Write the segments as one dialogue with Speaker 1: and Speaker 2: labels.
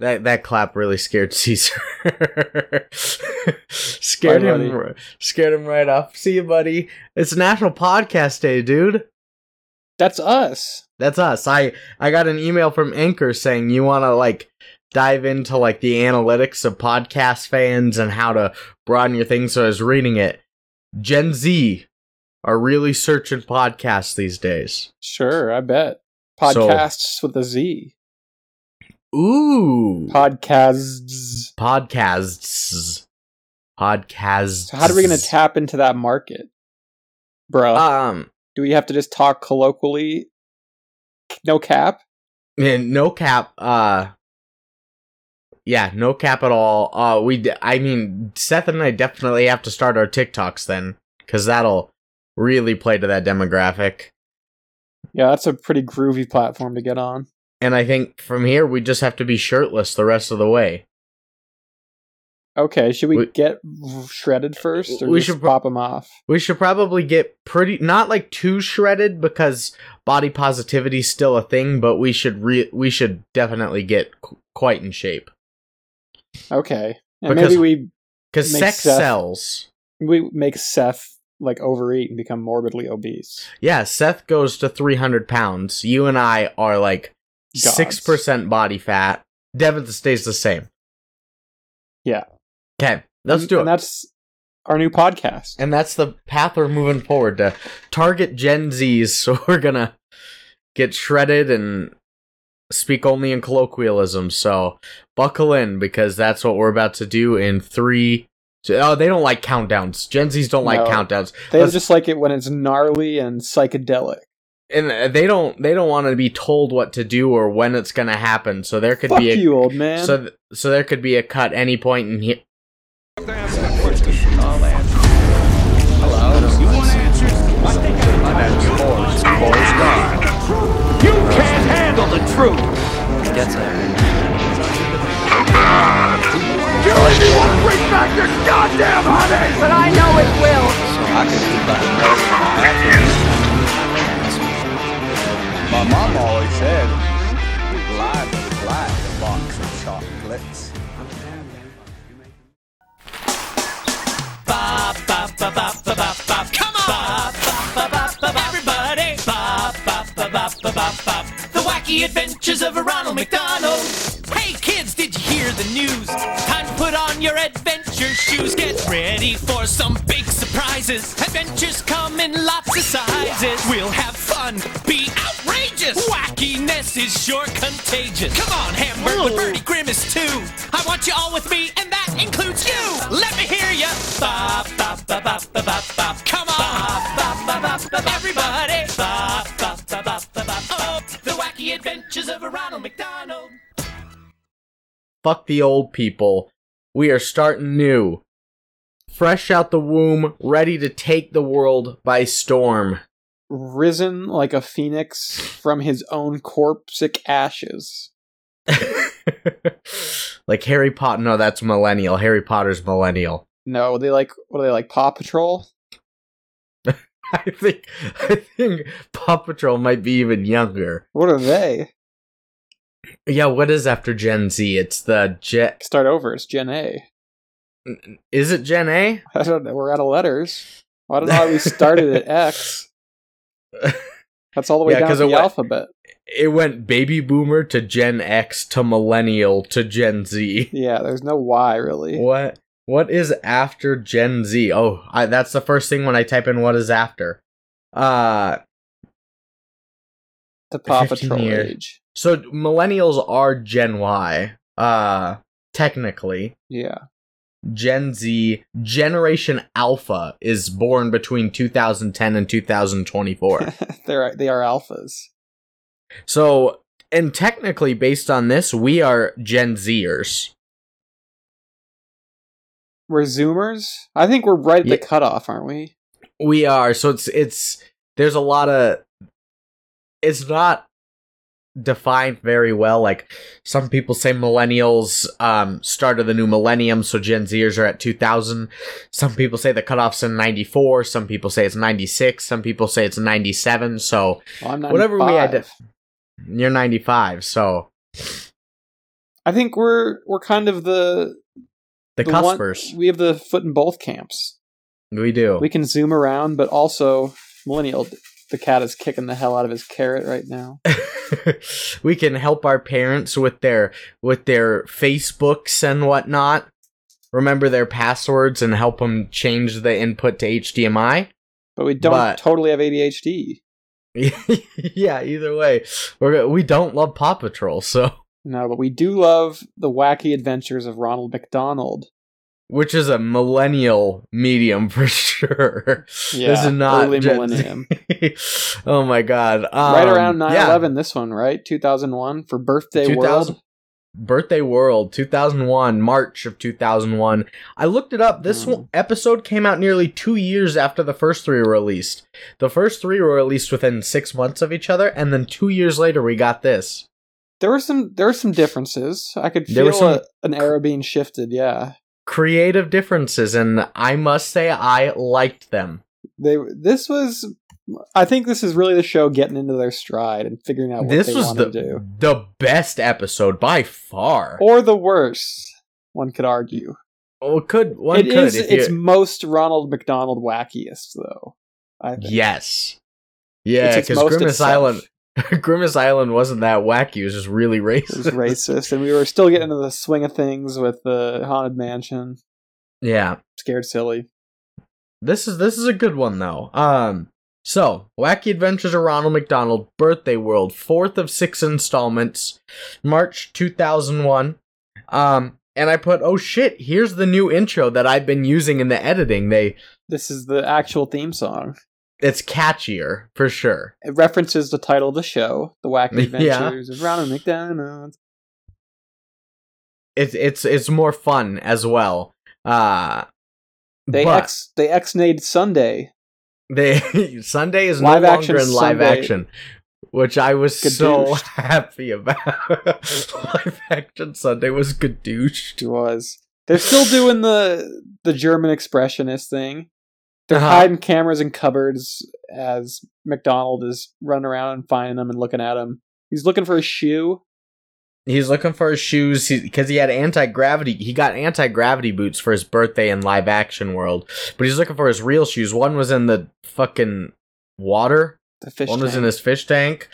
Speaker 1: That that clap really scared Caesar. scared
Speaker 2: Bye,
Speaker 1: him.
Speaker 2: buddy.
Speaker 1: Scared him right off. See you, buddy. It's National Podcast Day, dude.
Speaker 2: That's us.
Speaker 1: That's us. I I got an email from Anchor saying you want to like dive into like the analytics of podcast fans and how to broaden your thing. So I was reading it. Gen Z are really searching podcasts these days.
Speaker 2: Sure, I bet.
Speaker 1: So-
Speaker 2: Podcasts with a Z.
Speaker 1: Ooh,
Speaker 2: Podcasts.
Speaker 1: podcasts, podcasts.
Speaker 2: So how are we going to tap into that market, bro?
Speaker 1: Um,
Speaker 2: Do we have to just talk colloquially? No cap.
Speaker 1: and no cap. Uh, yeah, no cap at all. Uh, we. d- I mean, Seth and I definitely have to start our TikToks then, because that'll really play to that demographic.
Speaker 2: Yeah, that's a pretty groovy platform to get on.
Speaker 1: And I think from here we just have to be shirtless the rest of the way.
Speaker 2: Okay, should we,
Speaker 1: We-
Speaker 2: get shredded first, or
Speaker 1: We
Speaker 2: we
Speaker 1: should
Speaker 2: should
Speaker 1: pro-
Speaker 2: pop them off?
Speaker 1: We should probably get pretty not like too shredded because body positivity's still a thing, but we should re- we should definitely get qu- quite in shape
Speaker 2: Okay, and
Speaker 1: Because-
Speaker 2: maybe we
Speaker 1: because
Speaker 2: Makes
Speaker 1: sex
Speaker 2: Seth-
Speaker 1: sells.
Speaker 2: we make Seth like overeat and become morbidly obese.
Speaker 1: Yeah, Seth goes to 300 pounds. You and I are like
Speaker 2: Gods.
Speaker 1: six percent body fat. Devin stays the same.
Speaker 2: Yeah.
Speaker 1: Okay, let's
Speaker 2: And-
Speaker 1: do
Speaker 2: And
Speaker 1: it.
Speaker 2: that's our new podcast.
Speaker 1: and that's the path we're moving forward to target Gen Zs. So we're gonna get shredded and speak only in colloquialisms. So buckle in because that's what we're about to do in three. Oh, they don't like countdowns. Gen Zs don't like
Speaker 2: No.
Speaker 1: countdowns.
Speaker 2: They
Speaker 1: Let's-
Speaker 2: just like it when it's gnarly and psychedelic.
Speaker 1: and uh, they don't they don't want to be told what to do or when it's going to happen so there could
Speaker 2: Fuck
Speaker 1: be a
Speaker 2: you, old man.
Speaker 1: so th- so there could be a cut any point in here
Speaker 3: You can't handle the truth. You really won't bring back your goddamn honey, but I know it will.
Speaker 4: My mom always said, life is like a box of chocolates.
Speaker 5: Come on! Everybody! The wacky adventures of Ronald McDonald. Hey kids, did you hear the news? Time to put on your adventure shoes. Get ready for some big surprises. Adventures come in lots of sizes. We'll have fun, be outrageous. Wackiness is sure contagious. Come on, Hamburg, Birdie Grimace too. I want you all with me, and that includes you. Let me hear you. Bop, bop, bop, bop, bop, bop, bop. Come on. Bop, bop, bop, bop, bop. Everybody. Bop, bop, bop, bop, bop, bop. Oh, the wacky adventures of Ronald McDonald.
Speaker 1: fuck the old people we are starting new fresh out the womb ready to take the world by storm
Speaker 2: Risen like a phoenix from his own corpseic ashes.
Speaker 1: like harry potter no that's millennial harry potter's millennial
Speaker 2: No, they like what are they like? Paw Patrol.
Speaker 1: i think i think paw patrol might be even younger
Speaker 2: What are they?
Speaker 1: yeah what is after gen z it's the gen
Speaker 2: Start over. It's Gen A.
Speaker 1: is it gen a
Speaker 2: I don't know. We're out of letters. I don't know how we started at X. That's all the way
Speaker 1: Yeah,
Speaker 2: down
Speaker 1: 'cause
Speaker 2: to
Speaker 1: it
Speaker 2: the
Speaker 1: went-
Speaker 2: alphabet.
Speaker 1: it went baby boomer to Gen X to millennial to Gen Z.
Speaker 2: Yeah, there's no Y really.
Speaker 1: What what is after Gen Z? Oh, I, that's the first thing when I type in what is after. Uh
Speaker 2: The Paw
Speaker 1: 15
Speaker 2: Patrol
Speaker 1: year.
Speaker 2: age.
Speaker 1: so millennials are Gen Y. Uh technically
Speaker 2: Yeah.
Speaker 1: Gen Z Generation Alpha is born between 2010 and 2024.
Speaker 2: They're they are alphas.
Speaker 1: so, and technically based on this, we are Gen Zers.
Speaker 2: We're zoomers? I think we're right at the
Speaker 1: Yeah.
Speaker 2: cutoff, aren't we?
Speaker 1: We are. So it's it's there's a lot of it's not defined very well. Like some people say millennials um start of the new millennium, so Gen Zers are at 2000. Some people say the cutoff's in 94, some people say it's 96, some people say it's 97. So
Speaker 2: Well, I'm
Speaker 1: Whatever we
Speaker 2: 95.
Speaker 1: ident- you're 95. So
Speaker 2: I think we're we're kind of the
Speaker 1: The,
Speaker 2: one-
Speaker 1: cuspers.
Speaker 2: we have the foot in both camps.
Speaker 1: we do.
Speaker 2: We can zoom around, but also millennial. The cat is kicking the hell out of his carrot right now.
Speaker 1: we can help our parents with their with their Facebooks and whatnot. Remember their passwords and help them change the input to HDMI.
Speaker 2: But we don't
Speaker 1: But-
Speaker 2: totally have ADHD.
Speaker 1: yeah, either way, we're go- we don't love Paw Patrol, so
Speaker 2: No, but we do love the wacky adventures of Ronald McDonald.
Speaker 1: which is a millennial medium for sure.
Speaker 2: Yeah,
Speaker 1: this is not
Speaker 2: early
Speaker 1: Gen
Speaker 2: millennium.
Speaker 1: Z. oh my god! Um,
Speaker 2: right around 9
Speaker 1: yeah.
Speaker 2: 11, this one, right? 2001 for Birthday
Speaker 1: 2000
Speaker 2: World.
Speaker 1: Birthday World 2001, March of 2001. I looked it up. This
Speaker 2: Hmm.
Speaker 1: one, episode came out nearly two years after the first three were released. The first three were released within six months of each other, and then two years later, we got this.
Speaker 2: There were some there were some differences. I could
Speaker 1: There were
Speaker 2: feel
Speaker 1: some-
Speaker 2: a, an arrow being shifted, yeah.
Speaker 1: Creative differences, and I must say, I liked them.
Speaker 2: They this was I think this is really the show getting into their stride and figuring out what
Speaker 1: this
Speaker 2: they
Speaker 1: was
Speaker 2: want to
Speaker 1: the
Speaker 2: do. Oh,
Speaker 1: the best episode by far.
Speaker 2: Or the worst, one could argue.
Speaker 1: Or Oh, could one
Speaker 2: It
Speaker 1: could
Speaker 2: is
Speaker 1: if
Speaker 2: its
Speaker 1: you-
Speaker 2: most Ronald McDonald wackiest though. I think.
Speaker 1: yes,
Speaker 2: It's
Speaker 1: yeah,
Speaker 2: its
Speaker 1: because
Speaker 2: most
Speaker 1: Grimace
Speaker 2: itself.
Speaker 1: Island, Grimace Island wasn't that wacky. It was just really
Speaker 2: It
Speaker 1: racist.
Speaker 2: was racist, and we were still getting into the swing of things with the haunted mansion.
Speaker 1: yeah,
Speaker 2: Scared silly.
Speaker 1: this is this is a good one though. Um, so Wacky Adventures of Ronald McDonald, Birthday World, fourth of six installments, March two thousand one. Um, and I put, oh shit, here's the new intro that I've been using in the editing. They
Speaker 2: This is the actual theme song.
Speaker 1: it's catchier for sure.
Speaker 2: It references the title of the show, The Wacky
Speaker 1: Yeah.
Speaker 2: Adventures of Ronald McDonald.
Speaker 1: It's it's it's more fun as well. Uh,
Speaker 2: They
Speaker 1: but
Speaker 2: ex they ex-nayed Sunday.
Speaker 1: they Sunday is
Speaker 2: Live
Speaker 1: no
Speaker 2: action
Speaker 1: longer in live
Speaker 2: Sunday.
Speaker 1: action. Which I was so
Speaker 2: Gadooshed.
Speaker 1: happy about. live action Sunday was gadooshed.
Speaker 2: It was. They're still doing the the German expressionist thing. They're
Speaker 1: Uh-huh.
Speaker 2: hiding cameras in cupboards as McDonald is running around and finding them and looking at him. He's looking for a shoe.
Speaker 1: He's looking for his shoes because he, had anti gravity. He got anti gravity boots for his birthday in live action world, but he's looking for his real shoes. One was in the fucking water.
Speaker 2: The fish
Speaker 1: one was in
Speaker 2: tank.
Speaker 1: his fish tank.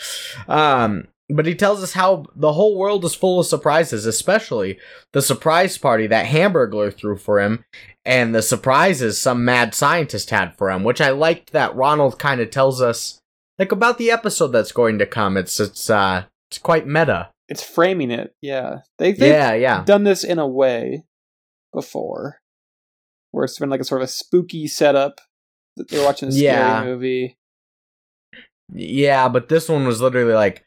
Speaker 1: Um, but he tells us how the whole world is full of surprises, especially the surprise party that Hamburglar threw for him, and the surprises some mad scientist had for him. Which I liked that Ronald kind of tells us like about the episode that's going to come. It's it's uh it's quite meta.
Speaker 2: it's framing it. Yeah, they they
Speaker 1: Yeah, yeah.
Speaker 2: done this in a way before, where it's been like a sort of a spooky setup. that They're watching a scary
Speaker 1: Yeah.
Speaker 2: movie.
Speaker 1: Yeah, but this one was literally like,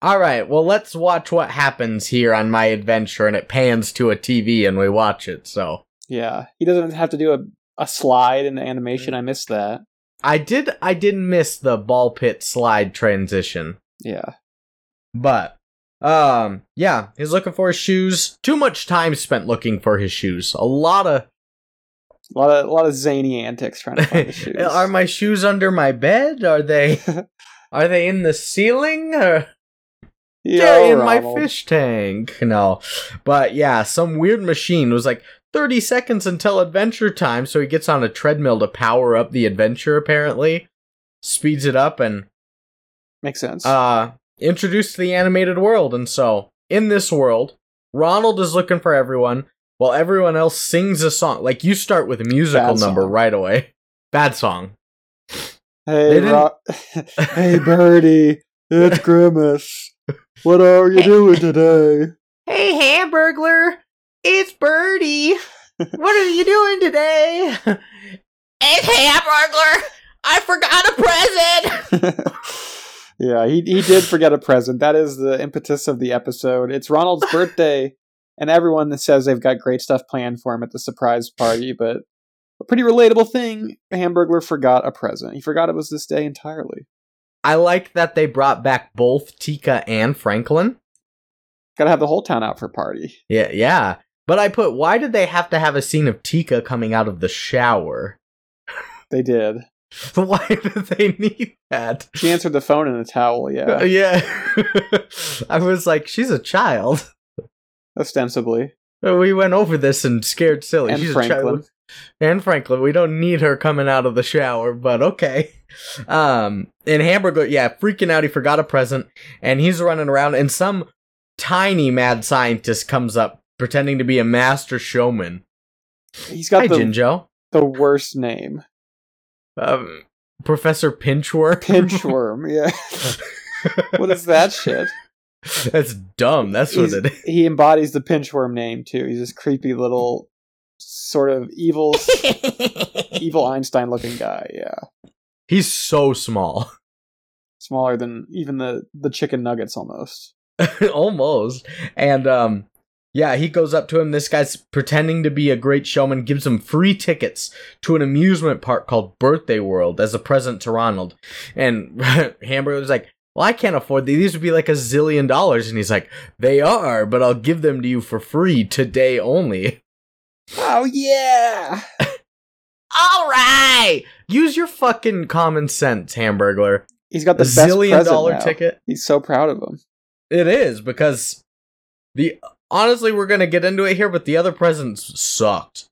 Speaker 1: all right, well, let's watch what happens here on my adventure. And it pans to a TV and we watch it. So
Speaker 2: Yeah, he doesn't have to do a, a slide in the animation.
Speaker 1: Mm.
Speaker 2: I missed that.
Speaker 1: I did, I didn't miss the ball pit slide transition.
Speaker 2: Yeah,
Speaker 1: But, um, yeah, he's looking for his shoes. Too much time spent looking for his shoes. A lot of,
Speaker 2: a lot of a lot of zany antics trying to find the shoes.
Speaker 1: are my shoes under my bed? Are they, are they in the ceiling? Or?
Speaker 2: Yo,
Speaker 1: They're in
Speaker 2: Ronald.
Speaker 1: my fish tank. No. But yeah, some weird machine was like 30 seconds until adventure time, so he gets on a treadmill to power up the adventure apparently. Speeds it up and
Speaker 2: Makes sense.
Speaker 1: uh introduced to the animated world. And so, in this world, Ronald is looking for everyone while everyone else sings a song. Like you start with a musical
Speaker 2: Bad
Speaker 1: number
Speaker 2: song.
Speaker 1: right away. Bad song. they
Speaker 2: hey,
Speaker 1: didn't-
Speaker 2: Ro- hey, Birdie, it's Grimace. What are you doing today?
Speaker 1: Hey, Hamburglar! It's Birdie! What are you doing today? It's Hamburglar! I forgot a present!
Speaker 2: yeah, he he did forget a present. That is the impetus of the episode. It's Ronald's birthday, and everyone says they've got great stuff planned for him at the surprise party, but a pretty relatable thing, Hamburglar forgot a present. He forgot it was this day entirely.
Speaker 1: I like that they brought back both Tika and Franklin.
Speaker 2: Gotta have the whole town out for a party.
Speaker 1: Yeah, yeah. But I put, why did they have to have a scene of Tika coming out of the shower?
Speaker 2: They did.
Speaker 1: Why did they need that?
Speaker 2: She answered the phone in a towel, yeah.
Speaker 1: Yeah. I was like, she's a child.
Speaker 2: ostensibly.
Speaker 1: We went over this and scared silly.
Speaker 2: And
Speaker 1: She's a
Speaker 2: Franklin.
Speaker 1: child- and Franklin. We don't need her coming out of the shower, but okay. Um, and Hamburger, yeah, freaking out. He forgot a present, and he's running around, and some tiny mad scientist comes up pretending to be a master showman.
Speaker 2: He's got
Speaker 1: Hi,
Speaker 2: the,
Speaker 1: Jinjo.
Speaker 2: the worst name.
Speaker 1: Um, Professor Pinchworm.
Speaker 2: Pinchworm, yeah. what is that shit?
Speaker 1: That's dumb. That's what
Speaker 2: He's-
Speaker 1: it is.
Speaker 2: He embodies the pinchworm name too. He's this creepy little sort of evil evil Einstein looking guy, yeah.
Speaker 1: He's so small.
Speaker 2: Smaller than even the, the chicken nuggets almost.
Speaker 1: almost and um yeah he goes up to him this guy's pretending to be a great showman gives him free tickets to an amusement park called birthday world as a present to ronald and hamburger was like well i can't afford these these would be like a zillion dollars and he's like they are but i'll give them to you for free today only
Speaker 2: Oh yeah.
Speaker 1: all right use your fucking common sense hamburger
Speaker 2: He's got the best
Speaker 1: zillion
Speaker 2: present
Speaker 1: dollar
Speaker 2: now.
Speaker 1: ticket
Speaker 2: He's so proud of him.
Speaker 1: It is because the honestly we're gonna get into it here, but the other presents sucked.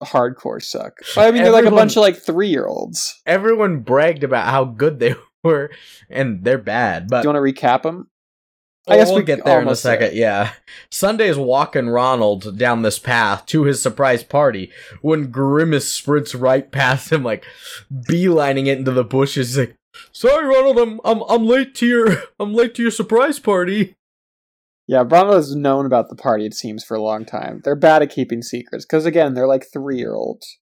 Speaker 2: Hardcore suck. I mean, they're like a
Speaker 1: Everyone-
Speaker 2: bunch of like three year olds.
Speaker 1: Everyone bragged about how good they were, and they're bad. But
Speaker 2: Do you want to recap them?
Speaker 1: I guess we'll
Speaker 2: we
Speaker 1: get there in a
Speaker 2: almost
Speaker 1: second. Yeah, Sunday is walking Ronald down this path to his surprise party when Grimace sprints right past him, like beelining it into the bushes. He's like, "Sorry, Ronald, I'm I'm I'm late to your I'm late to your surprise party."
Speaker 2: Yeah, Ronald has known about the party, it seems, for a long time. They're bad at keeping secrets, because again, they're like three year olds.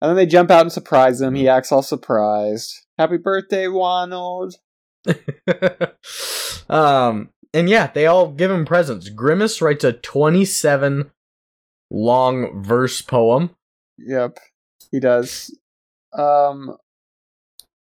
Speaker 2: And then they jump out and surprise him. He acts all surprised. Happy birthday, Ronald.
Speaker 1: um, and yeah, they all give him presents. Grimace writes a 27 long verse poem.
Speaker 2: Yep, he does. Um,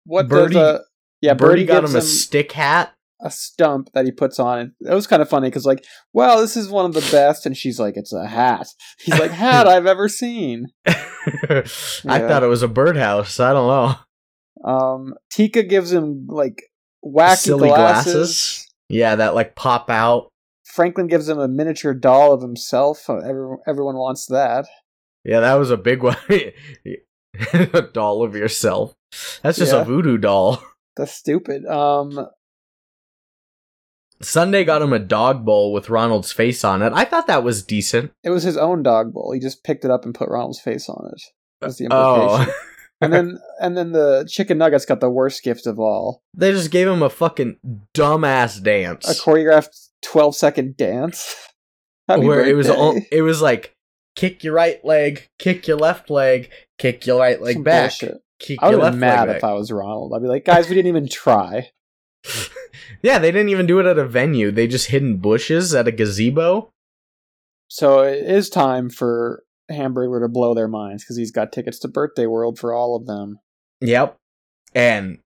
Speaker 2: what
Speaker 1: Birdie-
Speaker 2: does a yeah?
Speaker 1: Birdie,
Speaker 2: Birdie,
Speaker 1: got
Speaker 2: gives
Speaker 1: him a stick hat.
Speaker 2: a stump that he puts on. And it was kind of funny because, like, well, this is one of the best. And she's like, it's a hat. He's like, hat I've ever seen.
Speaker 1: I thought it was a birdhouse. I don't know.
Speaker 2: Um, Tika gives him, like, wacky
Speaker 1: Silly
Speaker 2: glasses.
Speaker 1: glasses. Yeah, that like pop out.
Speaker 2: Franklin gives him a miniature doll of himself. Uh, Everyone, everyone wants that.
Speaker 1: Yeah, that was a big one. a doll of yourself. That's just
Speaker 2: Yeah.
Speaker 1: a voodoo doll.
Speaker 2: That's stupid. Um,
Speaker 1: Sunday got him a dog bowl with Ronald's face on it. I thought that was decent.
Speaker 2: it was his own dog bowl. He just picked it up and put Ronald's face on it. That's the implication.
Speaker 1: Oh,
Speaker 2: and then, and then the chicken nuggets got the worst gift of all:
Speaker 1: they just gave him a fucking dumbass dance.
Speaker 2: a choreographed twelve-second dance. Happy
Speaker 1: where it was
Speaker 2: birthday.
Speaker 1: all, it was like kick your right leg, kick your left leg, kick your right leg
Speaker 2: Some
Speaker 1: back,
Speaker 2: bullshit.
Speaker 1: kick
Speaker 2: I
Speaker 1: your
Speaker 2: would
Speaker 1: left
Speaker 2: be mad
Speaker 1: leg
Speaker 2: if
Speaker 1: back.
Speaker 2: I was Ronald. I'd be like, guys, we didn't even try.
Speaker 1: Yeah, they didn't even do it at a venue. They just hid in bushes at a gazebo.
Speaker 2: So it is time for Hamburger to blow their minds because he's got tickets to Birthday World for all of them.
Speaker 1: Yep. And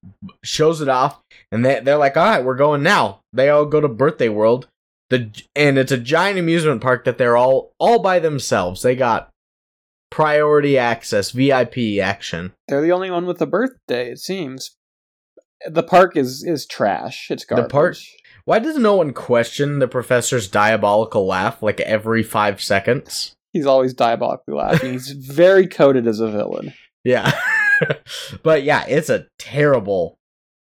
Speaker 1: shows it off, and they they're like, "All right, we're going now." They all go to Birthday World, the and it's a giant amusement park that they're all all by themselves. They got priority access, VIP action.
Speaker 2: They're the only one with a birthday, it seems. The park is is trash. It's
Speaker 1: The
Speaker 2: garbage.
Speaker 1: park- Why does no one question the professor's diabolical laugh like every five seconds?
Speaker 2: He's always diabolically laughing. He's very coded as a villain.
Speaker 1: Yeah. but yeah, it's a terrible.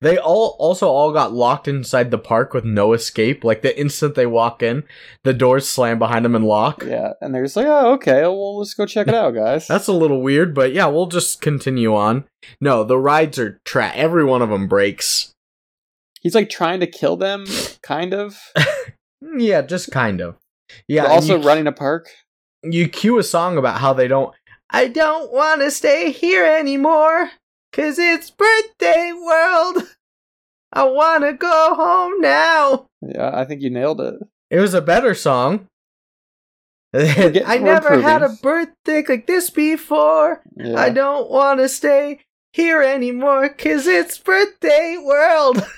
Speaker 1: They all also all got locked inside the park with no escape. Like the instant they walk in, the doors slam behind them and lock.
Speaker 2: Yeah, and they're just like, oh, okay, well, let's go check it out, guys.
Speaker 1: That's a little weird, but yeah, we'll just continue on. No, the rides are tra Every one of them breaks.
Speaker 2: He's like trying to kill them, kind of.
Speaker 1: Mm, Yeah, just kind of. Yeah,
Speaker 2: but
Speaker 1: and
Speaker 2: also
Speaker 1: you,
Speaker 2: running a park.
Speaker 1: you cue a song about how they don't. I don't want to stay here anymore, cause it's birthday world. I want to go home now.
Speaker 2: Yeah, I think you nailed it.
Speaker 1: It was a better song.
Speaker 2: getting-
Speaker 1: I
Speaker 2: we're
Speaker 1: never had a
Speaker 2: improving.
Speaker 1: birthday like this before.
Speaker 2: Yeah.
Speaker 1: I don't want to stay here anymore because it's birthday world.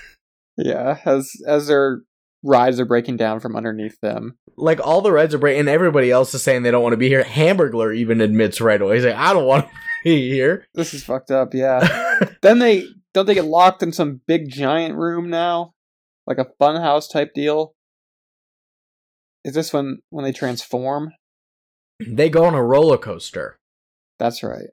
Speaker 2: Yeah, as as their rides are breaking down from underneath them.
Speaker 1: Like all the Reds are breaking, and everybody else is saying they don't want to be here. Hamburglar even admits right away. He's like, I don't want to be here.
Speaker 2: This is fucked up, yeah. then they don't they get locked in some big giant room now? Like a funhouse type deal. Is this when when they transform?
Speaker 1: They go on a roller coaster,
Speaker 2: That's right.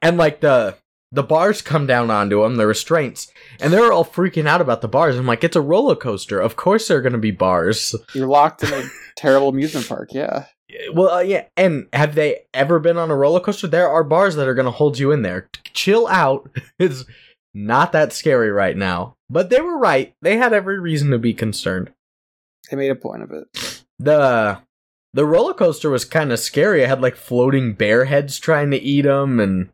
Speaker 1: and like the the bars come down onto them, the restraints, and they're all freaking out about the bars. I'm like, it's a roller coaster. Of course, there are gonna be bars.
Speaker 2: You're locked in a terrible amusement park. Yeah.
Speaker 1: Well, uh, yeah. And have they ever been on a roller coaster? There are bars that are going to hold you in there. Chill out. It's not that scary right now. But they were right. They had every reason to be concerned.
Speaker 2: They made a point of it.
Speaker 1: The the roller coaster was kind of scary. I had like floating bear heads trying to eat them and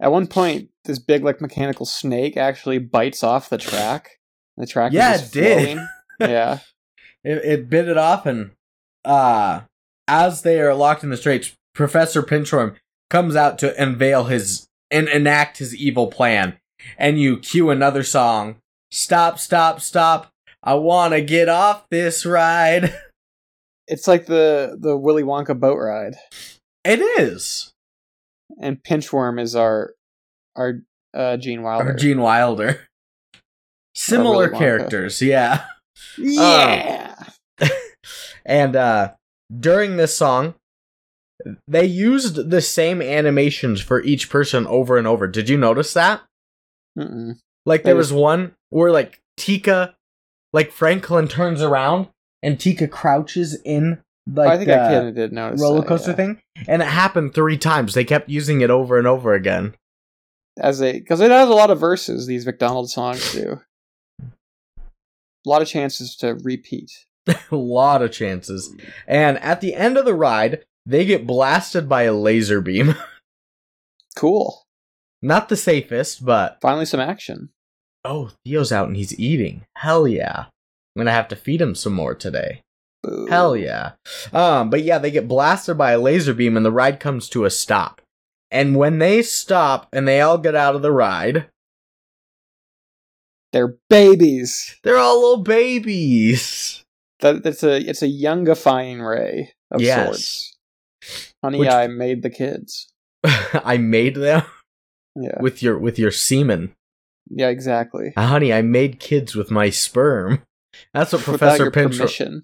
Speaker 2: At one point, this big like mechanical snake actually bites off the track. The track.
Speaker 1: Yeah,
Speaker 2: is
Speaker 1: it
Speaker 2: just
Speaker 1: did.
Speaker 2: flowing. yeah.
Speaker 1: it, it bit it off and uh as they are locked in the straits, Professor Pinchorm comes out to unveil his and enact his evil plan. And you cue another song. Stop, stop, stop. I wanna get off this ride.
Speaker 2: It's like the the Willy Wonka boat ride,
Speaker 1: It is.
Speaker 2: and Pinchworm is our our uh, Gene Wilder.
Speaker 1: Or Gene Wilder. Similar
Speaker 2: Willy Wonka.
Speaker 1: characters, yeah.
Speaker 2: yeah.
Speaker 1: And uh during this song, they used the same animations for each person over and over. Did you notice that?
Speaker 2: Mm-mm.
Speaker 1: Like there
Speaker 2: They
Speaker 1: was one where like Tika, like Franklin turns around and Tika crouches in like
Speaker 2: Oh, I think I kind
Speaker 1: the
Speaker 2: of did notice
Speaker 1: roller
Speaker 2: that,
Speaker 1: coaster
Speaker 2: yeah.
Speaker 1: thing, and it happened three times. They kept using it over and over again.
Speaker 2: as a because it has a lot of verses. These McDonald songs do. A lot of chances to repeat.
Speaker 1: a lot of chances. And at the end of the ride, they get blasted by a laser beam.
Speaker 2: Cool.
Speaker 1: Not the safest, but
Speaker 2: Finally, some action.
Speaker 1: oh, Theo's out and he's eating. Hell yeah. I'm gonna have to feed him some more today.
Speaker 2: Boo.
Speaker 1: Hell yeah. Um, but yeah, they get blasted by a laser beam and the ride comes to a stop. And when they stop and they all get out of the ride,
Speaker 2: They're babies.
Speaker 1: they're all little babies.
Speaker 2: That that's a it's a youngifying ray of
Speaker 1: Yes.
Speaker 2: sorts. Honey,
Speaker 1: Which-
Speaker 2: I made the kids.
Speaker 1: I made them
Speaker 2: Yeah.
Speaker 1: with your with your semen. Uh,
Speaker 2: Yeah. Exactly.
Speaker 1: Honey, I made kids with my sperm. That's what
Speaker 2: Without
Speaker 1: Professor
Speaker 2: your
Speaker 1: Pinchor
Speaker 2: permission,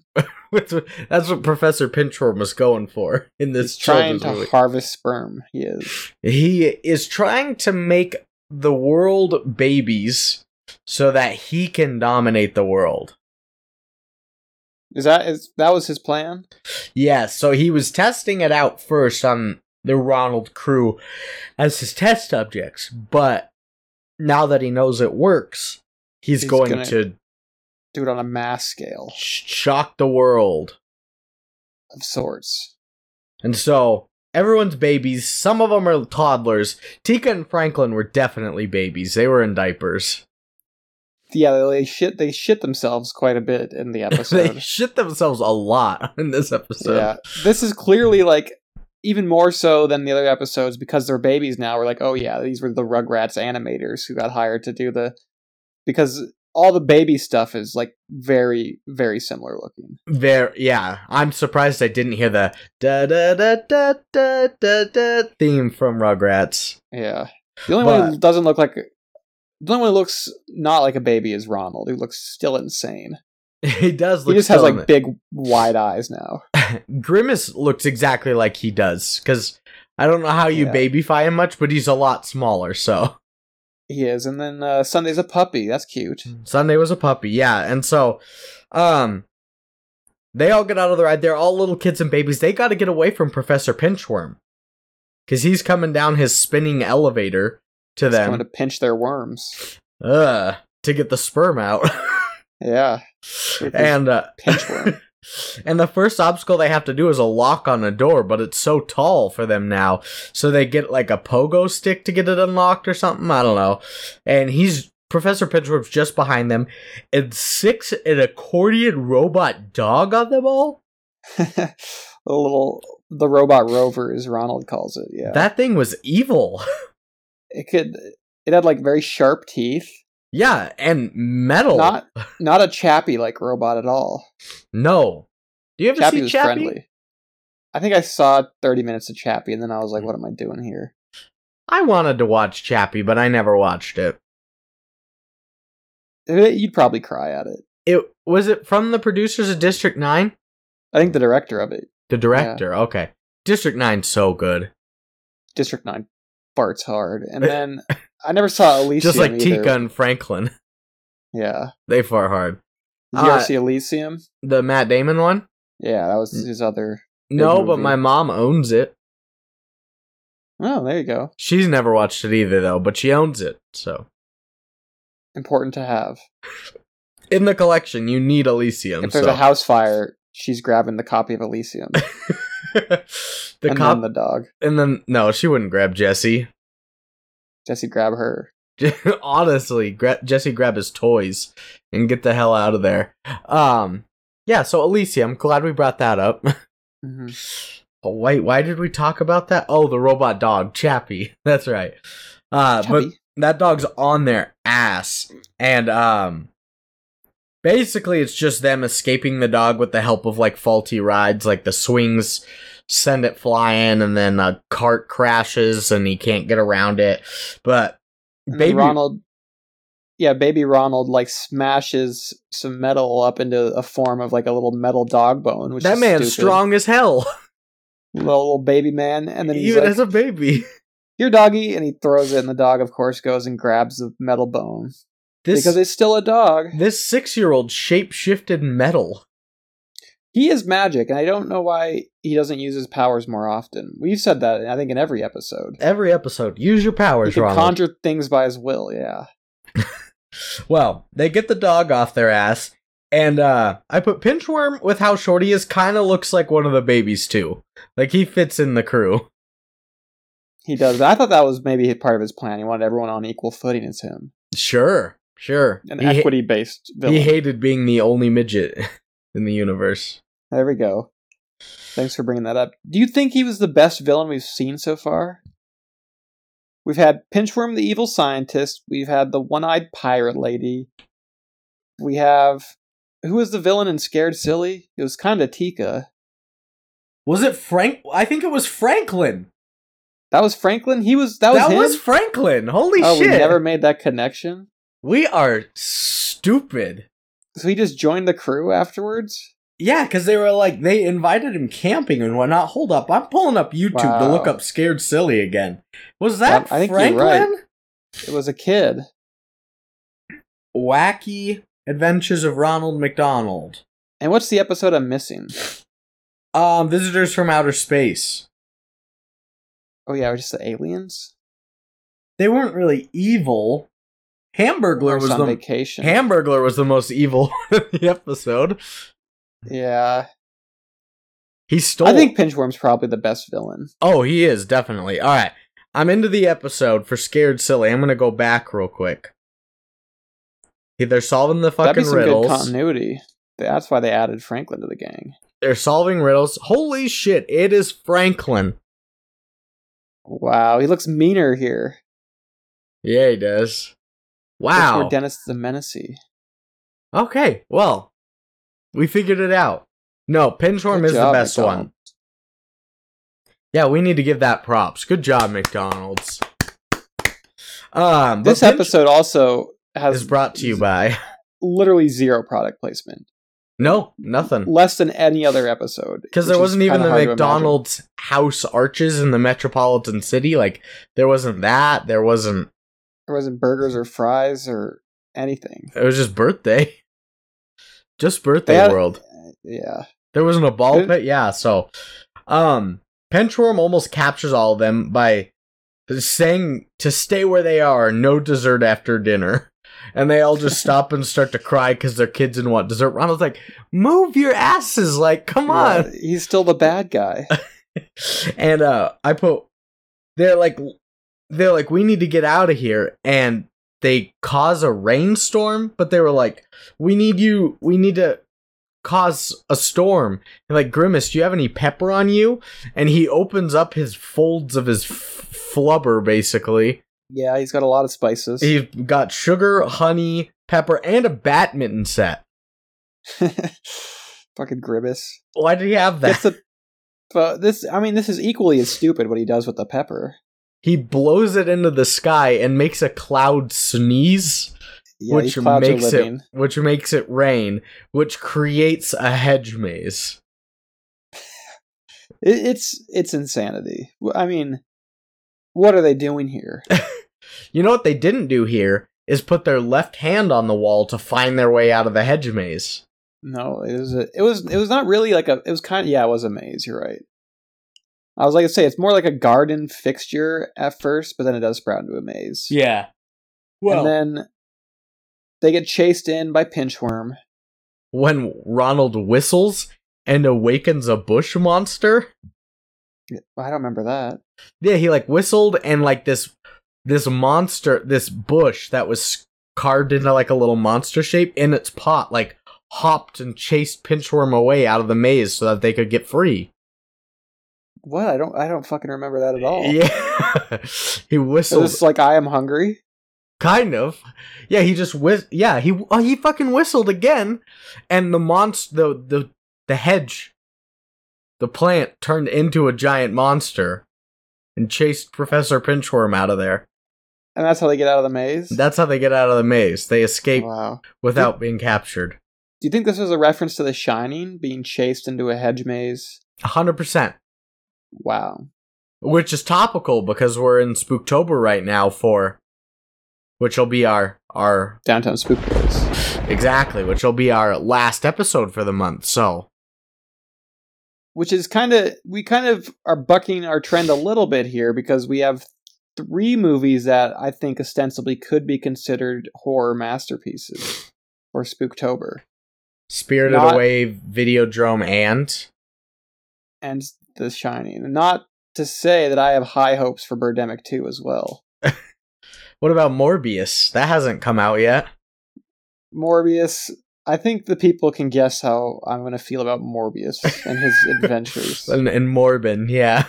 Speaker 1: that's what- that's what Professor Pinchor was going for in this
Speaker 2: he's trying
Speaker 1: children's
Speaker 2: to
Speaker 1: movie.
Speaker 2: harvest sperm. He is.
Speaker 1: He is trying to make the world babies so that he can dominate the world.
Speaker 2: Is that is that was his plan?
Speaker 1: Yeah, so he was testing it out first on the Ronald crew as his test subjects, but now that he knows it works, he's,
Speaker 2: He's
Speaker 1: going
Speaker 2: gonna-
Speaker 1: to
Speaker 2: Do it on a mass scale
Speaker 1: sh- shock the world.
Speaker 2: of sorts.
Speaker 1: And so everyone's babies, some of them are toddlers. Tika and Franklin were definitely babies. They were in diapers.
Speaker 2: Yeah, they shit they shit themselves quite a bit in the
Speaker 1: they
Speaker 2: episode.
Speaker 1: shit themselves a lot in this episode.
Speaker 2: Yeah, this is clearly like even more so than the other episodes because they're babies now. We're like, oh yeah, these were the Rugrats animators who got hired to do the because all the baby stuff is like very very similar looking.
Speaker 1: There, yeah. I'm surprised I didn't hear the da da da da da da da theme from Rugrats.
Speaker 2: Yeah, the only one who
Speaker 1: But-
Speaker 2: doesn't look like the only one who looks not like a baby is Ronald, who looks still insane.
Speaker 1: He does.
Speaker 2: He
Speaker 1: Look
Speaker 2: just has
Speaker 1: sullen.
Speaker 2: like big wide eyes now.
Speaker 1: Grimace looks exactly like he does because I don't know how you
Speaker 2: Yeah.
Speaker 1: babyfy him much, but he's a lot smaller. So
Speaker 2: He is, and then uh, Sunday's a puppy. That's cute.
Speaker 1: Sunday was a puppy, yeah, and so, um, they all get out of the ride. They're all little kids and babies. They got to get away from Professor Pinchworm because he's coming down his spinning elevator to
Speaker 2: He's coming
Speaker 1: them
Speaker 2: to pinch their worms.
Speaker 1: ugh, to get the sperm out.
Speaker 2: Yeah,
Speaker 1: and uh,
Speaker 2: pinchworm.
Speaker 1: and the first obstacle they have to do is a lock on a door, but it's so tall for them now, so they get like a pogo stick to get it unlocked or something. I don't know. And he's Professor Pinchworm's just behind them, and six an accordion robot dog on them all.
Speaker 2: the little the robot rover as ronald calls it yeah
Speaker 1: That thing was evil.
Speaker 2: it could it had like very sharp teeth
Speaker 1: yeah, and metal.
Speaker 2: not not a chappy like robot at all
Speaker 1: no. Do you ever
Speaker 2: chappy
Speaker 1: see
Speaker 2: was
Speaker 1: Chappie?
Speaker 2: friendly i think i saw 30 minutes of chappy and then i was
Speaker 1: Hmm.
Speaker 2: like what am i doing here
Speaker 1: I wanted to watch Chappie, but I never watched it.
Speaker 2: Eh, you'd probably cry at it
Speaker 1: It was it from the producers of District Nine.
Speaker 2: I think the director of it,
Speaker 1: The director, okay. District 9's so good.
Speaker 2: District Nine, farts hard. And then I never saw Elysium.
Speaker 1: Just like
Speaker 2: either.
Speaker 1: Tika and Franklin.
Speaker 2: Yeah.
Speaker 1: They far hard.
Speaker 2: Did you
Speaker 1: Uh,
Speaker 2: ever see Elysium?
Speaker 1: The Matt Damon one?
Speaker 2: Yeah, that was
Speaker 1: Mm.
Speaker 2: his other.
Speaker 1: No, but
Speaker 2: movie.
Speaker 1: my mom owns it.
Speaker 2: Oh, there you go.
Speaker 1: She's never watched it either though, but she owns it. So
Speaker 2: Important to have.
Speaker 1: in the collection, you need Elysium.
Speaker 2: if there's
Speaker 1: so.
Speaker 2: a house fire, she's grabbing the copy of Elysium
Speaker 1: the
Speaker 2: and
Speaker 1: cop
Speaker 2: then the dog.
Speaker 1: and then no, she wouldn't grab Jesse.
Speaker 2: Jesse grab her.
Speaker 1: Honestly, gra- Jesse grab his toys and get the hell out of there. Um, yeah. So Elysium, glad we brought that up.
Speaker 2: hmm
Speaker 1: Oh wait, why did we talk about that? Oh, the robot dog, Chappie. That's right. Uh, but
Speaker 2: Chappie.
Speaker 1: that dog's on their ass, and um, basically it's just them escaping the dog with the help of like faulty rides, like the swings send it flying, and then a cart crashes, and he can't get around it. But
Speaker 2: And then
Speaker 1: baby,
Speaker 2: Ronald. Yeah, baby Ronald like smashes some metal up into a form of like a little metal dog bone. Which
Speaker 1: that
Speaker 2: is
Speaker 1: man's
Speaker 2: stupid.
Speaker 1: strong as hell,
Speaker 2: little, little baby man, and then he's
Speaker 1: even
Speaker 2: like,
Speaker 1: as a baby.
Speaker 2: "Here, doggy," and he throws it, and the dog, of course, goes and grabs the metal bone
Speaker 1: This
Speaker 2: because it's still a dog.
Speaker 1: this six year old shape shifted metal.
Speaker 2: He is magic, and I don't know why he doesn't use his powers more often. We've said that, I think, in every episode.
Speaker 1: Every episode, use your powers,
Speaker 2: He can
Speaker 1: Ronald.
Speaker 2: conjure things by his will. Yeah,
Speaker 1: Well, they get the dog off their ass, and uh I put Pinchworm with how short he is kinda looks like one of the babies too. Like he fits in the crew.
Speaker 2: he does. I thought that was maybe part of his plan. He wanted everyone on equal footing as him,
Speaker 1: Sure, sure.
Speaker 2: an
Speaker 1: He ha-
Speaker 2: equity-based villain.
Speaker 1: he hated being the only midget in the universe.
Speaker 2: there we go. Thanks for bringing that up. Do you think he was the best villain we've seen so far? We've had Pinchworm, the evil scientist. We've had the one-eyed pirate lady. We have who was the villain in Scared Silly? It was kind of Tika.
Speaker 1: Was it Frank? I think it was Franklin.
Speaker 2: That was Franklin. He was that was
Speaker 1: that
Speaker 2: him?
Speaker 1: was Franklin. Holy
Speaker 2: oh,
Speaker 1: shit.
Speaker 2: we never made that connection.
Speaker 1: we are stupid.
Speaker 2: So he just joined the crew afterwards.
Speaker 1: Yeah, because they were like they invited him camping and whatnot. Hold up, I'm pulling up YouTube to
Speaker 2: Wow.
Speaker 1: look up "Scared Silly" again. Was that
Speaker 2: I think you're
Speaker 1: Franklin?
Speaker 2: right. It was a kid.
Speaker 1: Wacky Adventures of Ronald McDonald.
Speaker 2: And what's the episode I'm missing?
Speaker 1: Um, visitors from outer space.
Speaker 2: Oh yeah, just the aliens.
Speaker 1: They weren't really evil. Hamburglar
Speaker 2: Or
Speaker 1: was
Speaker 2: on
Speaker 1: the
Speaker 2: vacation.
Speaker 1: Hamburglar was the most evil in the episode.
Speaker 2: yeah,
Speaker 1: He stole.
Speaker 2: I think Pinchworm's probably the best villain.
Speaker 1: Oh, he is definitely. All right. I'm into the episode for Scared Silly. I'm going to go back real quick. They're solving the
Speaker 2: That'd be
Speaker 1: fucking
Speaker 2: some good
Speaker 1: riddles.
Speaker 2: continuity. That's why they added Franklin to the gang.
Speaker 1: They're solving riddles. Holy shit, it is Franklin.
Speaker 2: Wow, he looks meaner here.
Speaker 1: Yeah, he does.
Speaker 2: Looks
Speaker 1: Wow.
Speaker 2: more Dennis the Menacy.
Speaker 1: okay, well, we figured it out. No, Pinchworm
Speaker 2: Good
Speaker 1: is the
Speaker 2: job,
Speaker 1: best
Speaker 2: McDonald.
Speaker 1: one. Yeah, we need to give that props. Good job, McDonald's. Um, but
Speaker 2: This
Speaker 1: Pinch-
Speaker 2: episode also has
Speaker 1: is brought to you by
Speaker 2: literally zero product placement,
Speaker 1: no nothing.
Speaker 2: less than any other episode.
Speaker 1: Because Hmm.
Speaker 2: which
Speaker 1: there
Speaker 2: is
Speaker 1: wasn't even
Speaker 2: kinda
Speaker 1: the
Speaker 2: hard to
Speaker 1: McDonald's house arches in the metropolitan city. Like, there wasn't that. There wasn't.
Speaker 2: imagine. There wasn't burgers or fries or anything.
Speaker 1: It was just birthday. Just birthday
Speaker 2: They had-
Speaker 1: world.
Speaker 2: Yeah,
Speaker 1: There wasn't a ball
Speaker 2: There-
Speaker 1: pit. Yeah. So, um, Pinchworm almost captures all of them by saying to stay where they are, no dessert after dinner. And they all just stop and start to cry because their kids didn't want dessert. Ronald's like, move your asses. Like, come on.
Speaker 2: Yeah, he's still the bad guy.
Speaker 1: and uh I put they're like they're like we need to get out of here and they cause a rainstorm but they were like we need you we need to cause a storm and like grimace do you have any pepper on you and he opens up his folds of his f- flubber basically
Speaker 2: yeah, he's got a lot of spices.
Speaker 1: he's got sugar honey pepper and a badminton set
Speaker 2: Fucking grimace.
Speaker 1: why did he have that
Speaker 2: Gets the. But this, I mean, this is equally as stupid what he does with the pepper.
Speaker 1: he blows it into the sky and makes a cloud sneeze
Speaker 2: Yeah,
Speaker 1: which
Speaker 2: these clouds are
Speaker 1: makes
Speaker 2: living.
Speaker 1: it which makes it rain, which creates a hedge maze.
Speaker 2: It, it's it's insanity. I mean, what are they doing here?
Speaker 1: You know what they didn't do here is put their left hand on the wall to find their way out of the hedge maze.
Speaker 2: No, it was a, it was it was not really like a it was kind of yeah it was a maze. You're right. I was like I say it's more like a garden fixture at first, but then it does sprout into a maze.
Speaker 1: Yeah.
Speaker 2: and then they get chased in by Pinchworm.
Speaker 1: when Ronald whistles and awakens a bush monster.
Speaker 2: I don't remember that.
Speaker 1: Yeah, he like whistled and like this this monster, this bush that was carved into like a little monster shape in its pot like hopped and chased Pinchworm away out of the maze so that they could get free.
Speaker 2: What I don't I don't fucking remember that at all.
Speaker 1: Yeah. he
Speaker 2: So
Speaker 1: whistled
Speaker 2: it's like I am hungry.
Speaker 1: Kind of. Yeah, he just whis. Yeah, he oh, he fucking whistled again, and the monster, the the the hedge, the plant turned into a giant monster, and chased Professor Pinchworm out of there.
Speaker 2: And that's how they get out of the maze.
Speaker 1: That's how they get out of the maze. They escape
Speaker 2: wow.
Speaker 1: without being captured.
Speaker 2: Do you think this was a reference to The Shining being chased into a hedge maze?
Speaker 1: A hundred percent.
Speaker 2: Wow.
Speaker 1: Which is topical because we're in Spooktober right now for, which will be our our
Speaker 2: Downtown Spook Boys.
Speaker 1: exactly, which will be our last episode for the month. So
Speaker 2: Which is kind of we kind of are bucking our trend a little bit here because we have three movies that I think ostensibly could be considered horror masterpieces or Spooktober.
Speaker 1: Spirited
Speaker 2: Not-
Speaker 1: Away, Videodrome, and
Speaker 2: and The Shining. Not to say that I have high hopes for Birdemic 2 as well.
Speaker 1: what about Morbius? That hasn't come out yet.
Speaker 2: Morbius, I think the people can guess how I'm going to feel about Morbius and his adventures.
Speaker 1: And, and Morbin, yeah.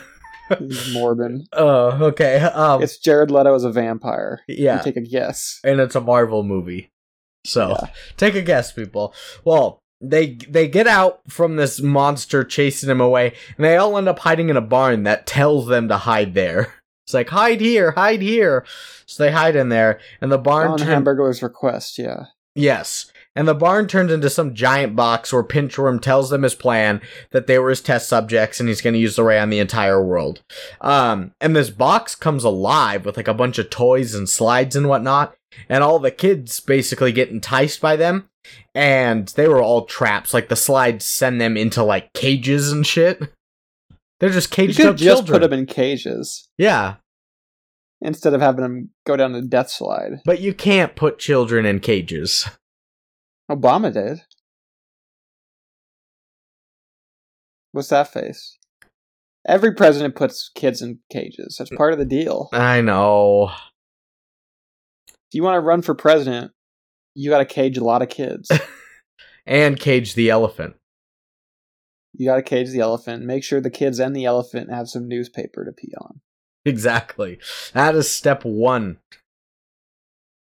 Speaker 2: He's Morbin.
Speaker 1: Oh, okay. Um,
Speaker 2: It's Jared Leto as a vampire. You
Speaker 1: yeah,
Speaker 2: take a guess.
Speaker 1: and it's a Marvel movie, so take a guess, people. Well, they they get out from this monster chasing him away, and they all end up hiding in a barn that tells them to hide there. It's like hide here, hide here. So they hide in there, and the barn
Speaker 2: On
Speaker 1: turn-
Speaker 2: Hamburglar's request, yeah.
Speaker 1: Yes. And the barn turns into some giant box where Pinchworm tells them his plan that they were his test subjects and he's going to use the ray on the entire world. Um, and this box comes alive with like a bunch of toys and slides and whatnot. And all the kids basically get enticed by them. And they were all traps. Like the slides send them into like cages and shit. They're just
Speaker 2: You
Speaker 1: caged
Speaker 2: could
Speaker 1: up
Speaker 2: have just
Speaker 1: children.
Speaker 2: put him in cages
Speaker 1: yeah.
Speaker 2: instead of having him go down the death slide.
Speaker 1: But you can't put children in cages.
Speaker 2: Obama did. What's that face? Every president puts kids in cages. That's part of the deal.
Speaker 1: Mm. I know.
Speaker 2: if you want to run for president, you got to cage a lot of kids.
Speaker 1: And cage the elephant.
Speaker 2: you got to cage the elephant. Make sure the kids and the elephant have some newspaper to pee on.
Speaker 1: Exactly. That is step one.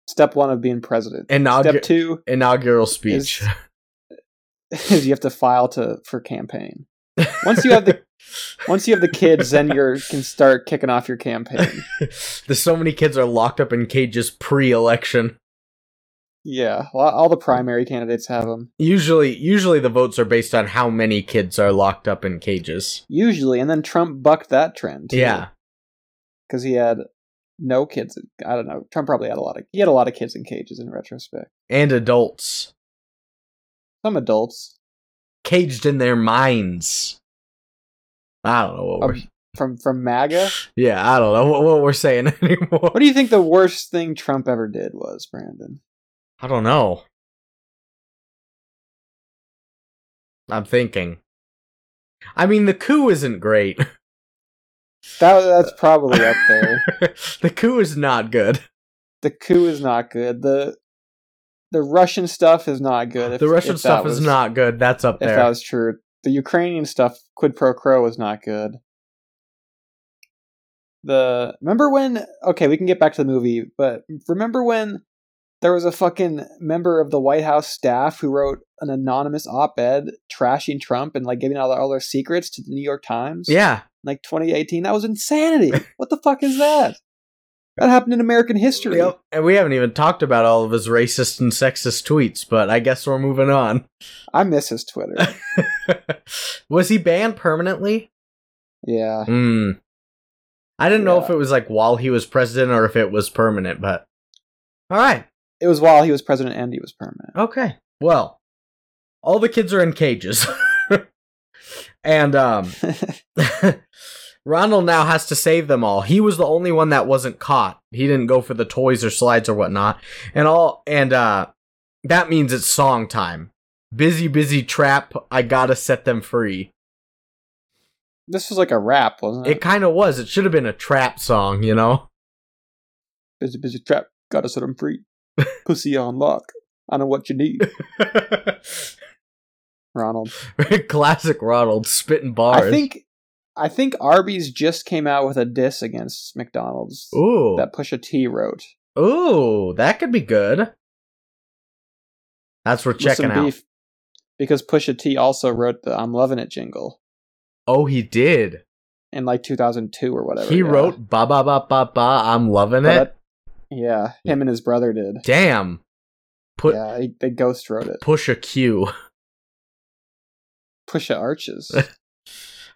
Speaker 2: Step one of being president.
Speaker 1: Inaugu-
Speaker 2: Step two
Speaker 1: Inaugural speech.
Speaker 2: Is- is you have to file to for campaign. Once you have the once you have the kids, then you can start kicking off your campaign.
Speaker 1: There's so many kids are locked up in cages pre-election.
Speaker 2: Yeah, well, all the primary candidates have them
Speaker 1: Usually, usually the votes are based on how many kids are locked up in cages.
Speaker 2: usually, and then Trump bucked that trend.
Speaker 1: Yeah,
Speaker 2: because he had no kids. I don't know. Trump probably had a lot of he had a lot of kids in cages in retrospect.
Speaker 1: and adults
Speaker 2: Some adults
Speaker 1: caged in their minds. I don't know what we're.
Speaker 2: Um, from from MAGA.
Speaker 1: yeah, I don't know what, what we're saying anymore.
Speaker 2: What do you think the worst thing Trump ever did was, Brandon?
Speaker 1: I don't know. I'm thinking. I mean, the coup isn't great.
Speaker 2: That that's probably up there.
Speaker 1: the coup is not good.
Speaker 2: The coup is not good. The the Russian stuff is not good. If-
Speaker 1: the Russian
Speaker 2: if that
Speaker 1: stuff is
Speaker 2: was-
Speaker 1: not good. That's up
Speaker 2: If that
Speaker 1: there.
Speaker 2: was true, the Ukrainian stuff, quid pro quo, was not good. The remember when? Okay, we can get back to the movie, but remember when there was a fucking member of the White House staff who wrote an anonymous op-ed trashing Trump and like giving all, all their secrets to the New York Times.
Speaker 1: Yeah.
Speaker 2: like 2018. That was insanity. What the fuck is that? That happened in American history.
Speaker 1: Yep. And we haven't even talked about all of his racist and sexist tweets, but I guess we're moving on.
Speaker 2: I miss his Twitter.
Speaker 1: was he banned permanently?
Speaker 2: Yeah.
Speaker 1: Mm. I didn't know
Speaker 2: Yeah.
Speaker 1: if it was like while he was president or if it was permanent, but all right,
Speaker 2: It was while he was president and he was permanent.
Speaker 1: okay. Well, all the kids are in cages, and um, Ronald now has to save them all. He was the only one that wasn't caught. He didn't go for the toys or slides or whatnot, and all and uh, that means it's song time. Busy, busy trap. I gotta set them free.
Speaker 2: this was like a rap, wasn't it?
Speaker 1: It kind of was. It should have been a trap song, you know.
Speaker 2: busy, busy trap. Gotta set him free. Pussy on lock. I know what you need, Ronald.
Speaker 1: Classic Ronald spitting bars.
Speaker 2: I think, I think Arby's just came out with a diss against McDonald's
Speaker 1: Ooh,
Speaker 2: that Pusha T wrote.
Speaker 1: ooh, that could be good. That's worth
Speaker 2: With some
Speaker 1: checking out.
Speaker 2: beef, because Pusha T also wrote the "I'm Loving It" jingle
Speaker 1: Oh, he did.
Speaker 2: in like 2002 or whatever.
Speaker 1: he
Speaker 2: yeah.
Speaker 1: wrote "Ba ba ba ba ba." I'm loving
Speaker 2: But
Speaker 1: it.
Speaker 2: that- yeah, him and his brother did.
Speaker 1: Damn. Put
Speaker 2: yeah, he, they ghost wrote it.
Speaker 1: push a cue.
Speaker 2: Pusha Arches.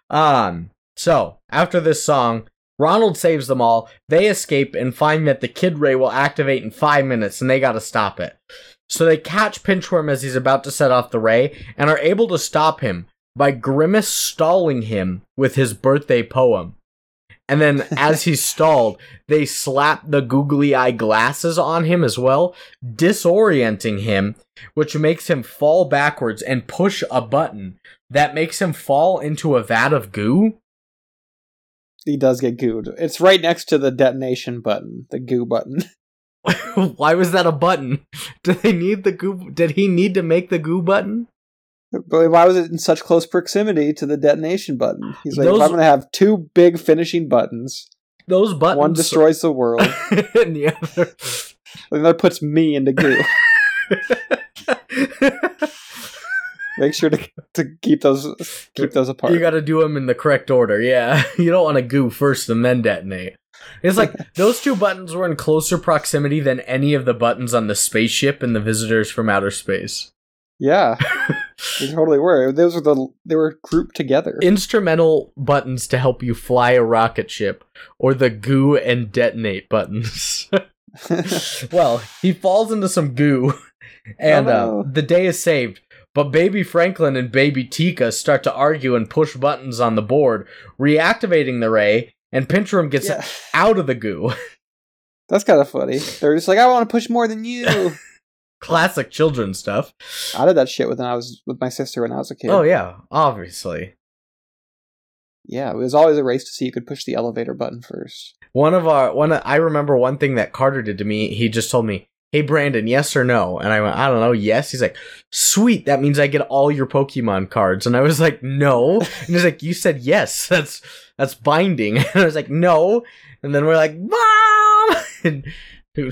Speaker 1: Um. So after this song, Ronald saves them all. They escape and find that the Kid Ray will activate in five minutes, and they gotta stop it. So they catch Pinchworm as he's about to set off the ray, and are able to stop him by Grimace stalling him with his birthday poem. And then, as he's stalled, they slap the googly eye glasses on him as well, disorienting him, which makes him fall backwards and push a button that makes him fall into a vat of goo.
Speaker 2: he does get gooed. It's right next to the detonation button, the goo button.
Speaker 1: Why was that a button? Did they need the goo? Did he need to make the goo button?
Speaker 2: But why was it in such close proximity to the detonation button? He's like, if
Speaker 1: Those-
Speaker 2: I'm gonna have two big finishing buttons.
Speaker 1: Those buttons.
Speaker 2: one destroys the world, and
Speaker 1: and the other.
Speaker 2: the other puts me into goo. Make sure to to keep those keep those apart.
Speaker 1: you got to do them in the correct order. Yeah, you don't want to goo first and then detonate. It's like those two buttons were in closer proximity than any of the buttons on the spaceship and the visitors from outer space.
Speaker 2: yeah, they totally were. Those were the they were grouped together.
Speaker 1: Instrumental buttons to help you fly a rocket ship, or the goo and detonate buttons. well, he falls into some goo, and
Speaker 2: Oh,
Speaker 1: uh,
Speaker 2: no.
Speaker 1: the day is saved. But Baby Franklin and Baby Tika start to argue and push buttons on the board, reactivating the ray, and Pinchrum gets
Speaker 2: yeah,
Speaker 1: out of the goo.
Speaker 2: that's kind of funny. They're just like, I want to push more than you.
Speaker 1: Classic children stuff.
Speaker 2: I did that shit when I was with my sister when I was a kid.
Speaker 1: Oh, yeah, obviously.
Speaker 2: yeah, it was always a race to see who could push the elevator button first.
Speaker 1: One of our one I remember one thing that Carter did to me, he just told me, Hey Brandon, yes or no? And I went, I don't know, yes. He's like, Sweet, that means I get all your Pokemon cards. And I was like, No. And he's like, You said yes, that's that's binding. And I was like, No. And then we're like, Mom and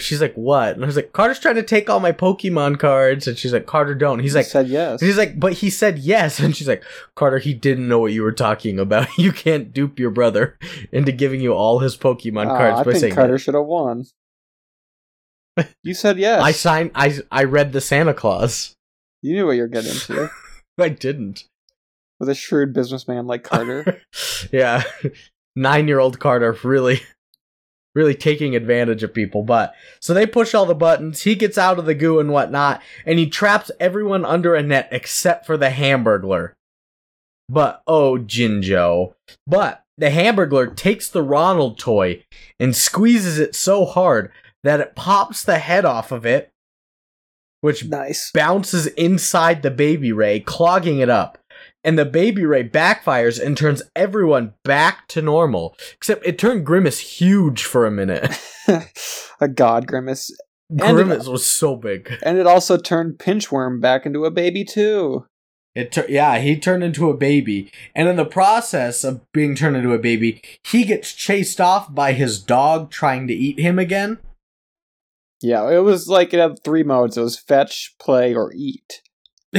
Speaker 1: she's like, What? And I was like, Carter's trying to take all my Pokemon cards and she's like, Carter don't. He's
Speaker 2: He
Speaker 1: like
Speaker 2: said yes.
Speaker 1: He's like, but he said yes. And she's like, Carter, he didn't know what you were talking about. You can't dupe your brother into giving you all his Pokemon
Speaker 2: Ah,
Speaker 1: cards
Speaker 2: I
Speaker 1: by
Speaker 2: think
Speaker 1: saying
Speaker 2: Carter should have won. You said yes.
Speaker 1: I signed I I read the Santa Claus.
Speaker 2: you knew what you're getting into
Speaker 1: I didn't.
Speaker 2: with a shrewd businessman like Carter.
Speaker 1: yeah. Nine year old Carter really really taking advantage of people, but so they push all the buttons, he gets out of the goo and whatnot, and he traps everyone under a net except for the hamburglar. But oh Jinjo. But the hamburglar takes the Ronald toy and squeezes it so hard that it pops the head off of it, which
Speaker 2: nice.
Speaker 1: bounces inside the baby ray, clogging it up. And the baby ray backfires and turns everyone back to normal. Except it turned Grimace huge for a minute.
Speaker 2: a god grimace, And-
Speaker 1: Grimace was so big.
Speaker 2: and it also turned Pinchworm back into a baby too.
Speaker 1: It tur- yeah, he turned into a baby, and in the process of being turned into a baby, he gets chased off by his dog trying to eat him again.
Speaker 2: Yeah, it was like it had three modes. It was fetch, play, or eat.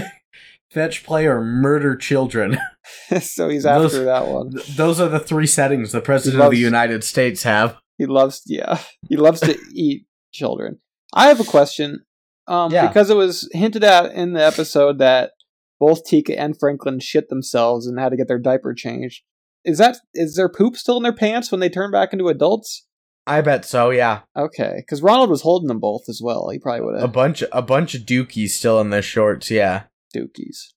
Speaker 1: Fetch play or murder children.
Speaker 2: so he's after
Speaker 1: Those-
Speaker 2: that one.
Speaker 1: Th- Those are the three settings the president of the
Speaker 2: Loves-
Speaker 1: United States have.
Speaker 2: He loves yeah. He loves to eat children. I have a question. Um
Speaker 1: Yeah.
Speaker 2: because it was hinted at in the episode that both Tika and Franklin shit themselves and had to get their diaper changed. is that is their poop still in their pants when they turn back into adults?
Speaker 1: I bet so. Yeah,
Speaker 2: Okay, because Ronald was holding them both as well. He probably would
Speaker 1: a
Speaker 2: have
Speaker 1: bunch, a bunch of dookies still in their shorts. Yeah.
Speaker 2: dookies.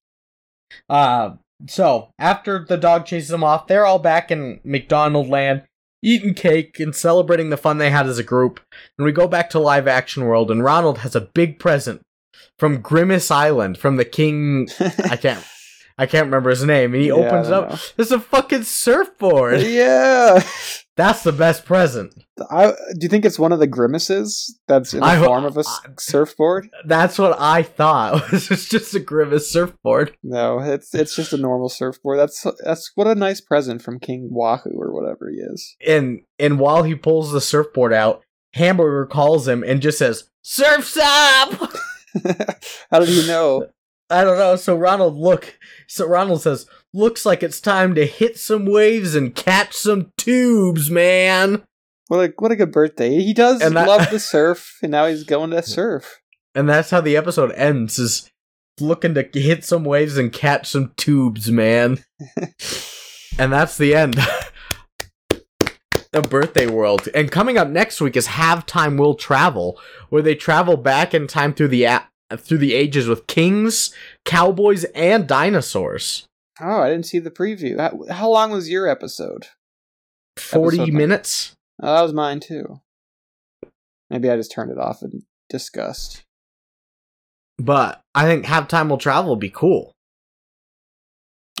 Speaker 1: Uh, so after the dog chases them off, they're all back in McDonald Land, eating cake and celebrating the fun they had as a group. And we go back to live action world, and Ronald has a big present from Grimace Island from the king. I can't, I can't remember his name. And he
Speaker 2: Yeah, I
Speaker 1: opens it
Speaker 2: don't
Speaker 1: up.
Speaker 2: know.
Speaker 1: There's a fucking surfboard.
Speaker 2: yeah.
Speaker 1: That's the best present.
Speaker 2: I, do you think it's one of the grimaces that's in the
Speaker 1: I ho-
Speaker 2: form of a s- surfboard?
Speaker 1: That's what I thought. It's just a Grimace surfboard.
Speaker 2: No, it's it's just a normal surfboard. That's that's what a nice present from King Wahoo or whatever he is.
Speaker 1: and and while he pulls the surfboard out, Hamburger calls him and just says, "Surfs up!"
Speaker 2: How did he know?
Speaker 1: I don't know. So Ronald look. So Ronald says, "Looks like it's time to hit some waves and catch some tubes, man."
Speaker 2: What a what a good birthday. He does
Speaker 1: And that-
Speaker 2: love the surf, and now he's going to surf.
Speaker 1: And that's how the episode ends. Is looking to hit some waves and catch some tubes, man. and that's the end. of birthday world and coming up next week is have time will travel where they travel back in time through the a- through the ages with kings cowboys and dinosaurs
Speaker 2: Oh, I didn't see the preview. How, how long was your episode?
Speaker 1: 40
Speaker 2: Episode-
Speaker 1: minutes
Speaker 2: Oh, that was mine too. Maybe I just turned it off in disgust.
Speaker 1: but i think have time will travel would be cool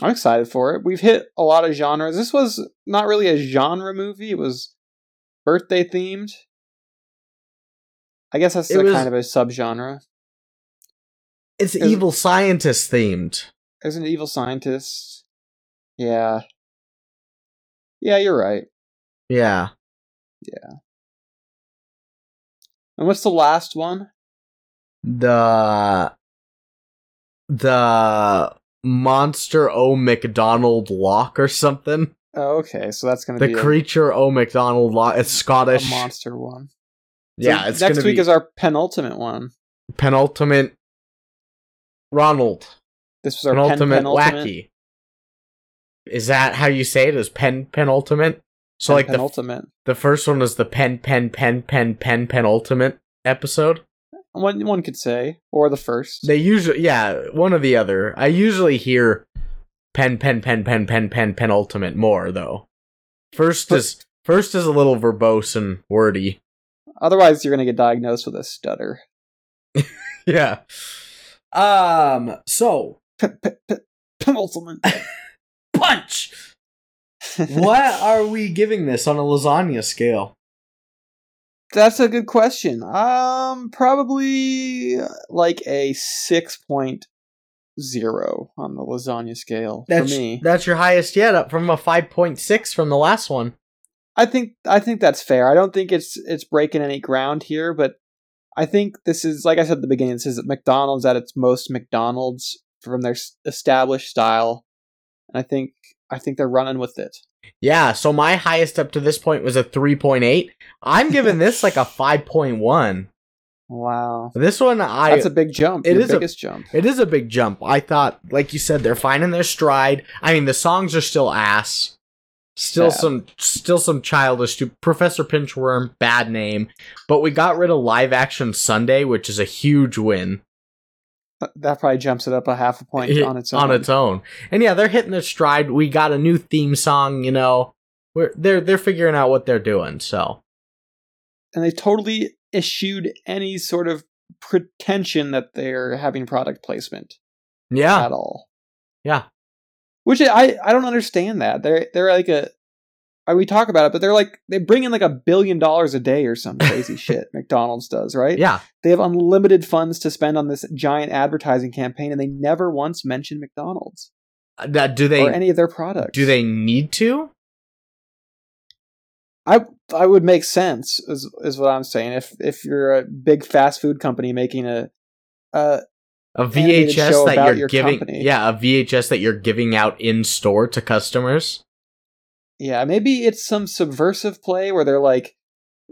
Speaker 2: I'm excited for it. We've hit a lot of genres. This was not really a genre movie. It was birthday themed. I guess that's
Speaker 1: It
Speaker 2: still
Speaker 1: was-
Speaker 2: kind of a subgenre.
Speaker 1: it's
Speaker 2: Is-
Speaker 1: evil scientist themed
Speaker 2: There's an evil scientist. Yeah. Yeah, you're right.
Speaker 1: yeah
Speaker 2: And what's the last one?
Speaker 1: the the monster o mcdonald lock or something
Speaker 2: Oh, okay. So that's going to
Speaker 1: the
Speaker 2: be a-
Speaker 1: creature o mcdonald lock it's
Speaker 2: a,
Speaker 1: scottish
Speaker 2: monster one. So
Speaker 1: yeah it's
Speaker 2: next
Speaker 1: gonna
Speaker 2: week
Speaker 1: be
Speaker 2: is our penultimate one.
Speaker 1: penultimate ronald
Speaker 2: This was our
Speaker 1: penultimate,
Speaker 2: pen, penultimate.
Speaker 1: wacky is that how you say it is pen penultimate so
Speaker 2: pen
Speaker 1: like the,
Speaker 2: penultimate.
Speaker 1: the first one was the pen pen pen pen pen penultimate episode
Speaker 2: one one could say, or the first.
Speaker 1: They usually, yeah, one or the other. I usually hear pen, pen, pen, pen, pen, pen, penultimate more though. First is first is a little verbose and wordy.
Speaker 2: Otherwise, you're going to get diagnosed with a stutter.
Speaker 1: Yeah. Um. So
Speaker 2: Penultimate.
Speaker 1: punch. what are we giving this on a lasagna scale?
Speaker 2: That's a good question. Um, probably uh, like a six point zero on the lasagna scale
Speaker 1: That's
Speaker 2: for me.
Speaker 1: that's your highest yet, up from a five point six from the last one.
Speaker 2: I think I think that's fair. I don't think it's it's breaking any ground here, but I think this is like I said at the beginning. This is McDonald's at its most McDonald's from their s- established style, and I think I think they're running with it.
Speaker 1: Yeah. So my highest up to this point was a three point eight. I'm giving this like a five point one.
Speaker 2: Wow,
Speaker 1: This one I
Speaker 2: that's a big jump.
Speaker 1: it
Speaker 2: It is
Speaker 1: is a-
Speaker 2: biggest jump.
Speaker 1: It is a big jump. I thought, like you said, they're finding their stride. I mean, the songs are still ass. Still
Speaker 2: Yeah.
Speaker 1: some, still some childish. stu- Professor Pinchworm, bad name, but we got rid of Live Action Sunday, which is a huge win
Speaker 2: Th- That probably jumps it up a half a point
Speaker 1: Hit-
Speaker 2: on its own.
Speaker 1: On its own, and yeah, they're hitting their stride. We got a new theme song. You know, we're they're they're figuring out what they're doing. So
Speaker 2: and they totally eschewed any sort of pretension that they're having product placement
Speaker 1: yeah,
Speaker 2: at all.
Speaker 1: Yeah.
Speaker 2: Which I I don't understand that. They're they're like a I- we talk about it, but they're like they bring in like a billion dollars a day or some crazy shit McDonald's does, right?
Speaker 1: yeah,
Speaker 2: They have unlimited funds to spend on this giant advertising campaign and they never once mention McDonald's
Speaker 1: Uh, that do they
Speaker 2: or any of their products.
Speaker 1: do they need to?
Speaker 2: I I would make sense is is what I'm saying. If if you're a big fast food company making a uh
Speaker 1: a
Speaker 2: animated
Speaker 1: VHS
Speaker 2: show
Speaker 1: that
Speaker 2: about
Speaker 1: you're
Speaker 2: your
Speaker 1: giving
Speaker 2: company.
Speaker 1: yeah a VHS that you're giving out in store to customers
Speaker 2: yeah, maybe it's some subversive play where they're like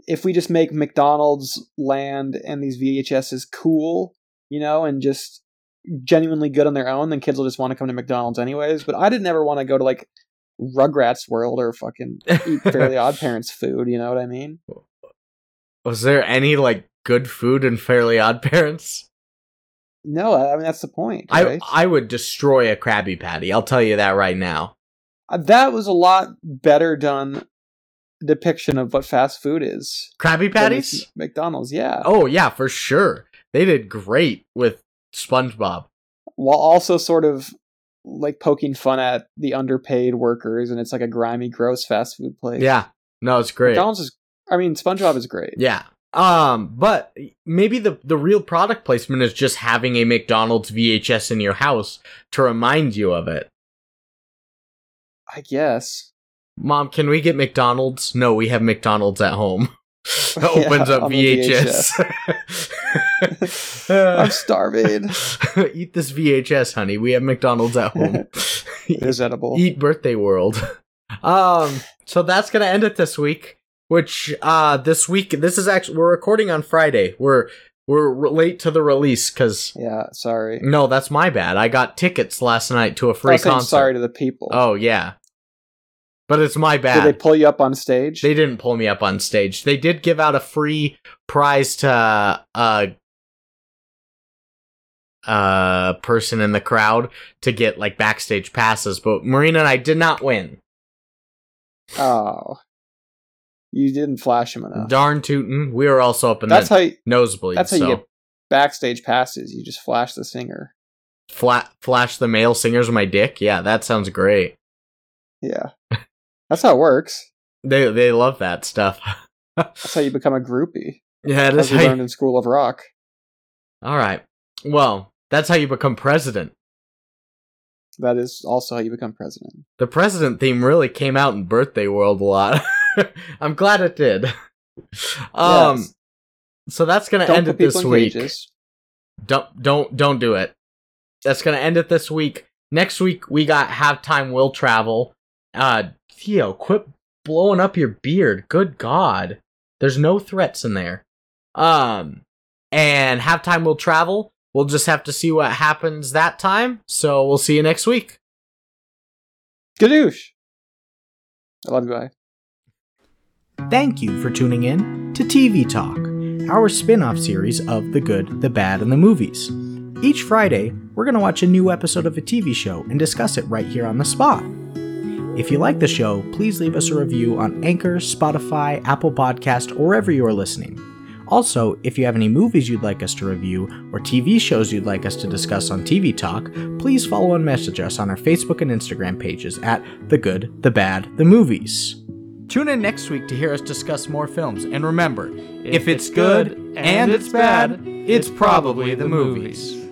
Speaker 2: if we just make McDonald's land and these VHSs cool, you know, and just genuinely good on their own, then kids will just want to come to McDonald's anyways. But I didn't ever want to go to like Rugrats World or fucking eat Fairly Odd Parents food. You know what I mean?
Speaker 1: Was there any like good food in Fairly Odd Parents?
Speaker 2: No, I I mean that's the point.
Speaker 1: I
Speaker 2: right?
Speaker 1: I would destroy a Krabby Patty. I'll tell you that right now.
Speaker 2: Uh, that was a lot better done depiction of what fast food is.
Speaker 1: Krabby
Speaker 2: than
Speaker 1: Patties?
Speaker 2: Mc- McDonald's, yeah.
Speaker 1: Oh yeah, for sure. They did great with SpongeBob.
Speaker 2: While also sort of like poking fun at the underpaid workers, and it's like a grimy, gross fast food place.
Speaker 1: Yeah. No, it's great.
Speaker 2: McDonald's is. I mean, SpongeBob is great.
Speaker 1: Yeah. Um, but maybe the the real product placement is just having a McDonald's VHS in your house to remind you of it.
Speaker 2: I guess.
Speaker 1: Mom, can we get McDonald's? No, we have McDonald's at home.
Speaker 2: Yeah,
Speaker 1: Opens up
Speaker 2: on the
Speaker 1: VHS.
Speaker 2: I'm starving.
Speaker 1: Uh, Eat this VHS, honey. We have McDonald's at home.
Speaker 2: it is edible.
Speaker 1: Eat Birthday World. Um, so that's gonna end it this week. Which uh, this week this is actually we're recording on Friday. We're we're re- late to the release because
Speaker 2: Yeah, sorry.
Speaker 1: no, that's my bad. I got tickets last night to a
Speaker 2: I
Speaker 1: free
Speaker 2: was saying
Speaker 1: concert.
Speaker 2: sorry to the people.
Speaker 1: Oh yeah, but it's my
Speaker 2: Did
Speaker 1: bad.
Speaker 2: they pull you up on stage?
Speaker 1: They didn't pull me up on stage. They did give out a free prize to a uh person in the crowd to get like backstage passes, but Marina and I did not win.
Speaker 2: oh, you didn't flash them enough.
Speaker 1: Darn tootin'. We were also up in
Speaker 2: Oh. That's
Speaker 1: the
Speaker 2: how. You,
Speaker 1: nosebleed.
Speaker 2: that's how
Speaker 1: so
Speaker 2: you get backstage passes. You just flash the singer.
Speaker 1: fla- flash the male singers my dick. Yeah, that sounds great.
Speaker 2: Yeah, that's how it works.
Speaker 1: They they love that stuff.
Speaker 2: That's how you become a groupie.
Speaker 1: yeah, that's
Speaker 2: As we
Speaker 1: how you-
Speaker 2: learned in School of Rock.
Speaker 1: All right. Well, that's how you become president.
Speaker 2: That is also how you become president.
Speaker 1: The president theme really came out in Birthday World a lot. I'm glad it did. Um,
Speaker 2: Yes.
Speaker 1: so that's gonna
Speaker 2: Dump
Speaker 1: end
Speaker 2: the
Speaker 1: it this
Speaker 2: people in
Speaker 1: week.
Speaker 2: cages.
Speaker 1: Don't don't don't do it. That's gonna end it this week. Next week we got Have Time Will Travel. Uh, Theo, quit blowing up your beard. Good God, there's no threats in there. Um, and Have Time Will Travel. We'll just have to see what happens that time. So we'll see you next week.
Speaker 2: Gadoosh. I love you. Bye.
Speaker 6: Thank you for tuning in to TV Talk, our spin off series of The Good, the Bad, and the Movies. Each Friday, we're going to watch a new episode of a TV show and discuss it right here on the spot. If you like the show, please leave us a review on Anchor, Spotify, Apple Podcast, or wherever you are listening. Also, if you have any movies you'd like us to review or TV shows you'd like us to discuss on TV Talk, please follow and message us on our Facebook and Instagram pages at The Good, the Bad, the Movies. Tune in next week to hear us discuss more films. And remember, if, it's good and it's bad, it's probably the movies.